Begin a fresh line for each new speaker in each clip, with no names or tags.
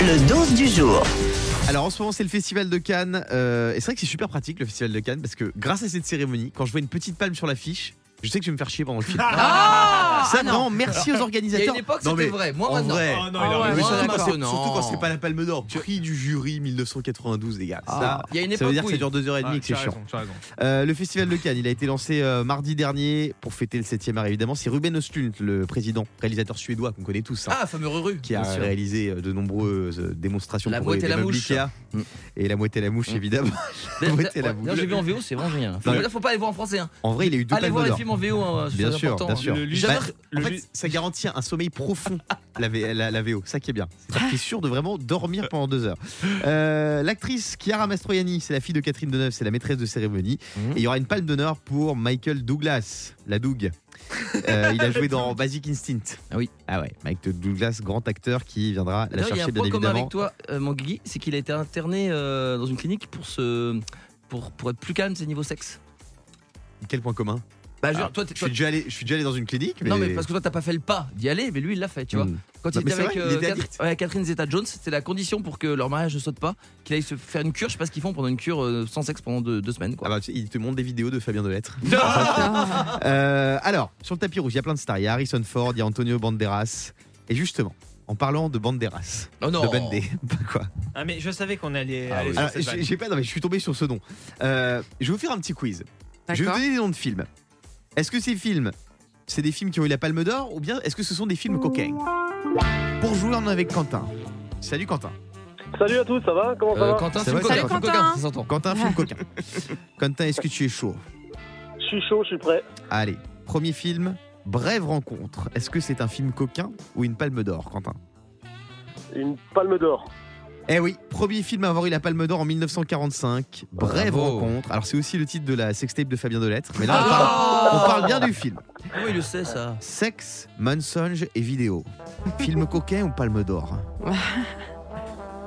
Le 12 du jour.
Alors en ce moment c'est le festival de Cannes euh, et c'est vrai que c'est super pratique le festival de Cannes parce que grâce à cette cérémonie quand je vois une petite palme sur l'affiche je sais que je vais me faire chier pendant le film. Ah, ça vraiment merci aux
Il y a
organisateurs.
une époque,
Non, mais
c'était vrai. Moi,
en
maintenant.
vrai.
Oh non,
Ah
il a
ouais,
Mais
moi,
surtout, quand c'est-
maintenant.
surtout quand c'est pas la palme d'or. Prix du jury 1992 les gars. Ça,
Il y a une
ça
époque
veut dire
où
que ça
il-
dure 2h30
Ouais,
que c'est
Ah, tu as
chiant.
raison, tu as raison.
Euh, le Festival de Cannes, il a été lancé euh, mardi dernier pour fêter le 7e art évidemment. C'est Ruben Östlund, le président, réalisateur suédois qu'on connaît tous, hein,
Ah, fameux Ruru.
qui a
bien sûr.
réalisé euh, de nombreuses euh, démonstrations
La
pour
mouette
les,
et la
les meubles
mouche.
Ikea.
Mm.
Et la mouette et la mouche, évidemment. la mouette et la
Ouais,
mouche.
non, J'ai vu en VO, c'est vraiment génial. Faut-
Non, mais-
Là, faut pas aller voir en français. hein.
En vrai, il a eu deux
Allez
palmes
voir les
d'or.
films en VO. hein, c'est
Bien sûr,
important,
bien
hein.
sûr.
Le lu-
J'adore-
En
le
fait,
lu-
ça garantit un sommeil profond, la, V- la- la VO. Ça qui est bien. C'est-à-dire que t'es sûr de vraiment dormir pendant deux heures. Euh, L'actrice Chiara Mastroianni, c'est la fille de Catherine Deneuve, c'est la maîtresse de cérémonie.
Mhm.
Et il y aura une palme d'honneur pour Michael Douglas, la Doug. Euh, il a joué dans Basic Instinct.
Ah oui.
Ah ouais, Michael Douglas, grand acteur qui viendra la
D'ailleurs, Il y a
chercher
un
bien
point commun
évidemment.
avec toi, euh, mon Guigui, c'est qu'il a été interné euh, dans une clinique pour se. Pour, pour être plus calme, c'est niveau sexe.
Quel point commun
Bah, je veux
Ah,
dire, toi, t'es-
je suis,
toi-
déjà allé, je suis déjà allé dans une clinique, mais.
non, mais parce que toi, t'as pas fait le pas d'y aller, mais lui, il l'a fait, tu vois.
Mm.
Quand
Non,
il
mais
était
c'est
avec
vrai, il était
Catherine-
addict.
ouais, Catherine Zeta-Jones, c'était la condition pour que leur mariage ne saute pas, qu'il aille se faire une cure. Je sais pas ce qu'ils font pendant une cure euh, sans sexe pendant deux, deux semaines,
Ah
quoi.
bah, tu- il te montre des vidéos de Fabien Delettre. Euh, alors, sur le tapis rouge, il y a plein de stars. Il y a Harrison Ford, il y a Antonio Banderas. Et justement, en parlant de Banderas,
oh non
de Bandé, bah quoi.
Ah, mais je savais qu'on allait.
Ah
aller
oui.
sur
Alors,
cette vanne.
j'ai j'ai pas, non, mais je suis tombé sur ce nom. Euh, je vais vous faire un petit quiz. Je vais vous
D'accord.
donner des noms de films. Est-ce que ces films, c'est des films qui ont eu la Palme d'Or ou bien est-ce que ce sont des films coquins Pour jouer, on est avec Quentin. Salut Quentin.
Salut à tous, ça va Comment ça
Euh,
va
Quentin,
Ça
film
va,
coquin,
ça
film
va.
coquin,
Quentin.
ça s'entend.
Quentin, film coquin. Quentin, est-ce que tu es chaud
Je suis chaud, je suis prêt.
Allez, premier film, Brève rencontre. Est-ce que c'est un film coquin ou une Palme d'Or, Quentin
Une palme d'or.
Eh oui, premier film à avoir eu la Palme d'Or en 1945. Brève
Bravo.
rencontre. Alors c'est aussi le titre de la sextape de Fabien Delettre. Mais là, on parle,
Ah
on parle bien du film.
Comment il le sait, ça
Sexe, mensonge et vidéo. Film coquin ou Palme d'Or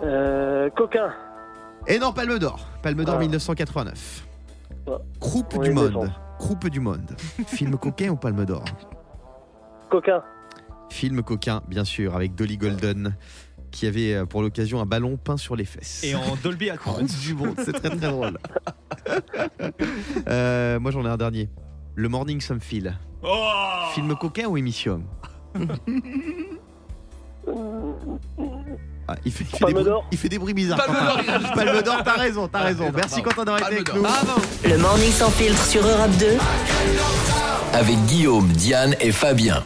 Euh, coquin.
Et Eh non, Palme d'Or. Palme d'Or
Ah.
1989.
Ah.
Croupe
On
du
les
monde.
défend.
Croupe du monde. Film coquin ou Palme d'Or
Coquin.
Film coquin, bien sûr, avec Dolly Golden, qui avait euh, pour l'occasion un ballon peint sur les fesses.
euh, Et en Dolby Atmos.
Coupe du monde, c'est très très drôle. Euh, moi j'en ai un dernier. Le Morning Somfil.
Oh
Film coquin ou émission Ah, il, fait, il fait des
Palme
bruits,
d'Or.
il fait des bruits bizarres.
Palme d'Or, il a
Quentin. Palme d'Or, t'as raison, t'as raison. Merci
Bravo.
Quentin d'avoir été
Palme
avec
d'Or. Ah,
nous.
Bravo.
Le morning sans filtre sur Europe 2.
avec Guillaume, Diane et Fabien.